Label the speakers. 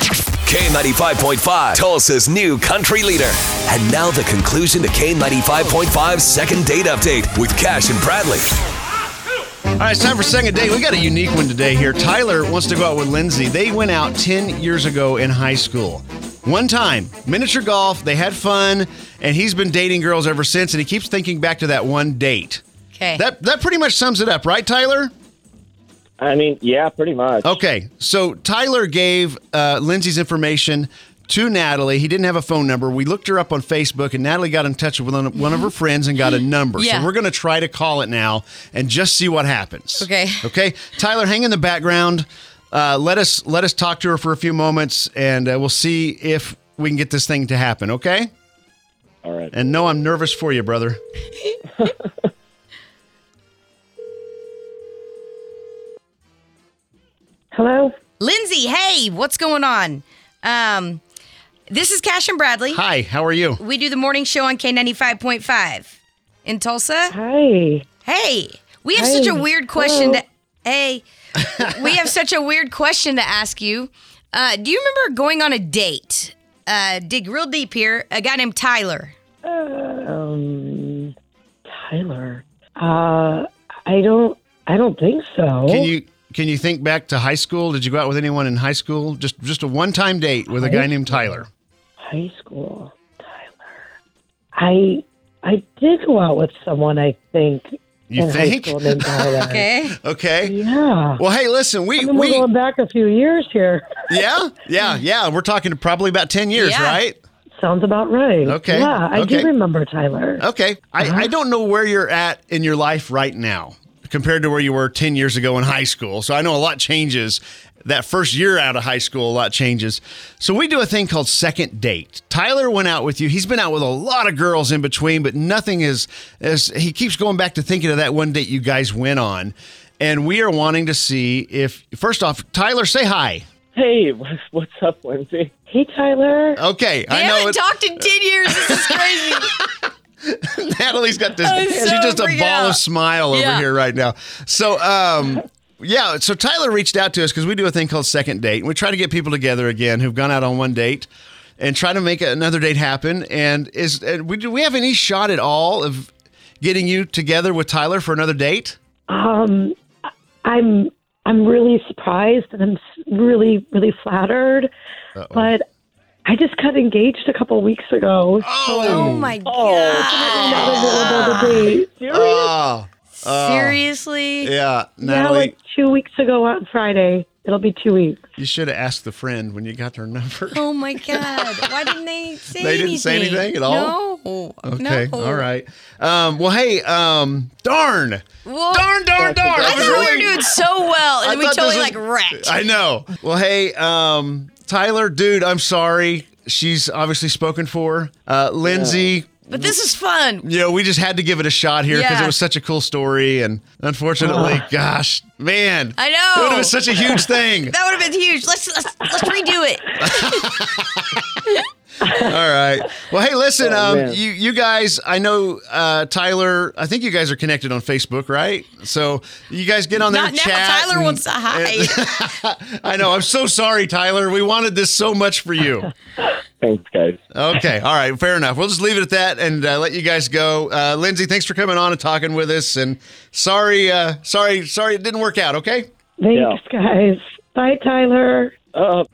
Speaker 1: K95.5, Tulsa's new country leader. And now the conclusion to K95.5's second date update with Cash and Bradley.
Speaker 2: All right, it's time for second date. We got a unique one today here. Tyler wants to go out with Lindsay. They went out 10 years ago in high school. One time, miniature golf, they had fun, and he's been dating girls ever since, and he keeps thinking back to that one date.
Speaker 3: Okay.
Speaker 2: That that pretty much sums it up, right, Tyler?
Speaker 4: I mean, yeah, pretty much.
Speaker 2: Okay, so Tyler gave uh, Lindsay's information to Natalie. He didn't have a phone number. We looked her up on Facebook, and Natalie got in touch with one one of her friends and got a number.
Speaker 3: Yeah.
Speaker 2: So we're going to try to call it now and just see what happens.
Speaker 3: Okay.
Speaker 2: Okay. Tyler, hang in the background. Uh, let us let us talk to her for a few moments, and uh, we'll see if we can get this thing to happen. Okay.
Speaker 4: All right.
Speaker 2: And no, I'm nervous for you, brother.
Speaker 5: Hello.
Speaker 3: Lindsay, hey, what's going on? Um, this is Cash and Bradley.
Speaker 2: Hi. How are you?
Speaker 3: We do the morning show on K95.5 in Tulsa.
Speaker 5: Hi.
Speaker 3: Hey, we have
Speaker 5: Hey,
Speaker 3: such a weird question
Speaker 5: hello.
Speaker 3: to Hey, we have such a weird question to ask you. Uh, do you remember going on a date? Uh, dig real deep here. A guy named Tyler.
Speaker 5: Um, Tyler. Uh, I don't. I don't think so.
Speaker 2: Can you can you think back to high school? Did you go out with anyone in high school? Just just a one time date with a guy named Tyler.
Speaker 5: High school, Tyler. I. I did go out with someone. I think.
Speaker 2: You
Speaker 5: in
Speaker 2: think?
Speaker 5: High school named Tyler.
Speaker 3: Okay.
Speaker 2: Okay.
Speaker 5: Yeah.
Speaker 2: Well, hey, listen, we
Speaker 5: I mean, we're
Speaker 2: we
Speaker 5: going back a few years here.
Speaker 2: yeah yeah yeah. We're talking probably about ten years,
Speaker 3: Yeah.
Speaker 2: right?
Speaker 5: Sounds about right.
Speaker 2: Okay,
Speaker 5: Yeah, I
Speaker 2: okay. Oh.
Speaker 5: do remember Tyler.
Speaker 2: Okay. I I don't know where you're at in your life right now compared to where you were ten years ago in high school. So I know a lot changes. That first year out of high school, a lot changes. So we do a thing called second date. Tyler went out with you. He's been out with a lot of girls in between, but nothing is. is he keeps going back to thinking of that one date you guys went on, and we are wanting to see if first off, Tyler, say hi.
Speaker 4: Hey, what's, what's up, Lindsay?
Speaker 5: Hey, Tyler.
Speaker 2: Okay,
Speaker 3: They
Speaker 2: I know
Speaker 3: haven't
Speaker 2: it,
Speaker 3: talked in 10 years. This is crazy.
Speaker 2: Natalie's got this.
Speaker 3: I was
Speaker 2: She's
Speaker 3: so
Speaker 2: just a
Speaker 3: freaked
Speaker 2: ball of
Speaker 3: out.
Speaker 2: smile over
Speaker 3: Yeah.
Speaker 2: here right now. So, um, yeah. So Tyler reached out to us because we do a thing called second date, and we try to get people together again who've gone out on one date and try to make another date happen. And is and we do we have any shot at all of getting you together with Tyler for another date?
Speaker 5: Um, I- I'm I'm really surprised and I'm s- really really flattered, but I just got engaged a couple weeks ago.
Speaker 3: oh my
Speaker 5: I'm
Speaker 3: God.
Speaker 5: not available to date.
Speaker 2: Oh,
Speaker 3: Seriously?
Speaker 2: yeah,
Speaker 5: Yeah,
Speaker 2: Natalie.
Speaker 5: like two weeks ago on Friday. It'll be two weeks.
Speaker 2: you should have asked the friend when you got their number.
Speaker 3: Oh my God. Why didn't they say
Speaker 2: They didn't say anything at all?
Speaker 3: No.
Speaker 2: Okay,
Speaker 3: No.
Speaker 2: all right. Um, well, hey, um, darn.
Speaker 3: Well,
Speaker 2: Darn, darn, darn.
Speaker 3: I
Speaker 2: That was
Speaker 3: thought we were
Speaker 2: really-
Speaker 3: doing so well,
Speaker 2: I
Speaker 3: and then we
Speaker 2: thought
Speaker 3: totally
Speaker 2: this
Speaker 3: like
Speaker 2: was-
Speaker 3: wrecked.
Speaker 2: I know. Well, hey, um, Tyler, dude, I'm sorry. She's obviously spoken for. Uh, Lindsay,
Speaker 3: but this is fun.
Speaker 2: you know, we just had to give it a shot here because
Speaker 3: Yeah. Oh.
Speaker 2: it was such a cool story. And unfortunately, gosh, man.
Speaker 3: I
Speaker 2: It would
Speaker 3: know.
Speaker 2: have been such a huge thing.
Speaker 3: That would have been huge. Let's let's let's redo it.
Speaker 2: All right. Well, hey, listen,
Speaker 4: Oh,
Speaker 2: um,
Speaker 4: man.
Speaker 2: you you guys, I know uh, Tyler. I think you guys are connected on Facebook, right? So you guys get on there
Speaker 3: Not
Speaker 2: and
Speaker 3: now.
Speaker 2: chat.
Speaker 3: Tyler
Speaker 2: and-
Speaker 3: wants to hide.
Speaker 2: I know. I'm so sorry, Tyler. We wanted this so much for you.
Speaker 4: Thanks, guys.
Speaker 2: Okay. All right. Fair enough. We'll just leave it at that and uh, let you guys go. Uh, Lindsay, thanks for coming on and talking with us. And sorry, uh, sorry, sorry, it didn't work out. Okay.
Speaker 5: Thanks, guys. Bye, Tyler.
Speaker 4: Uh,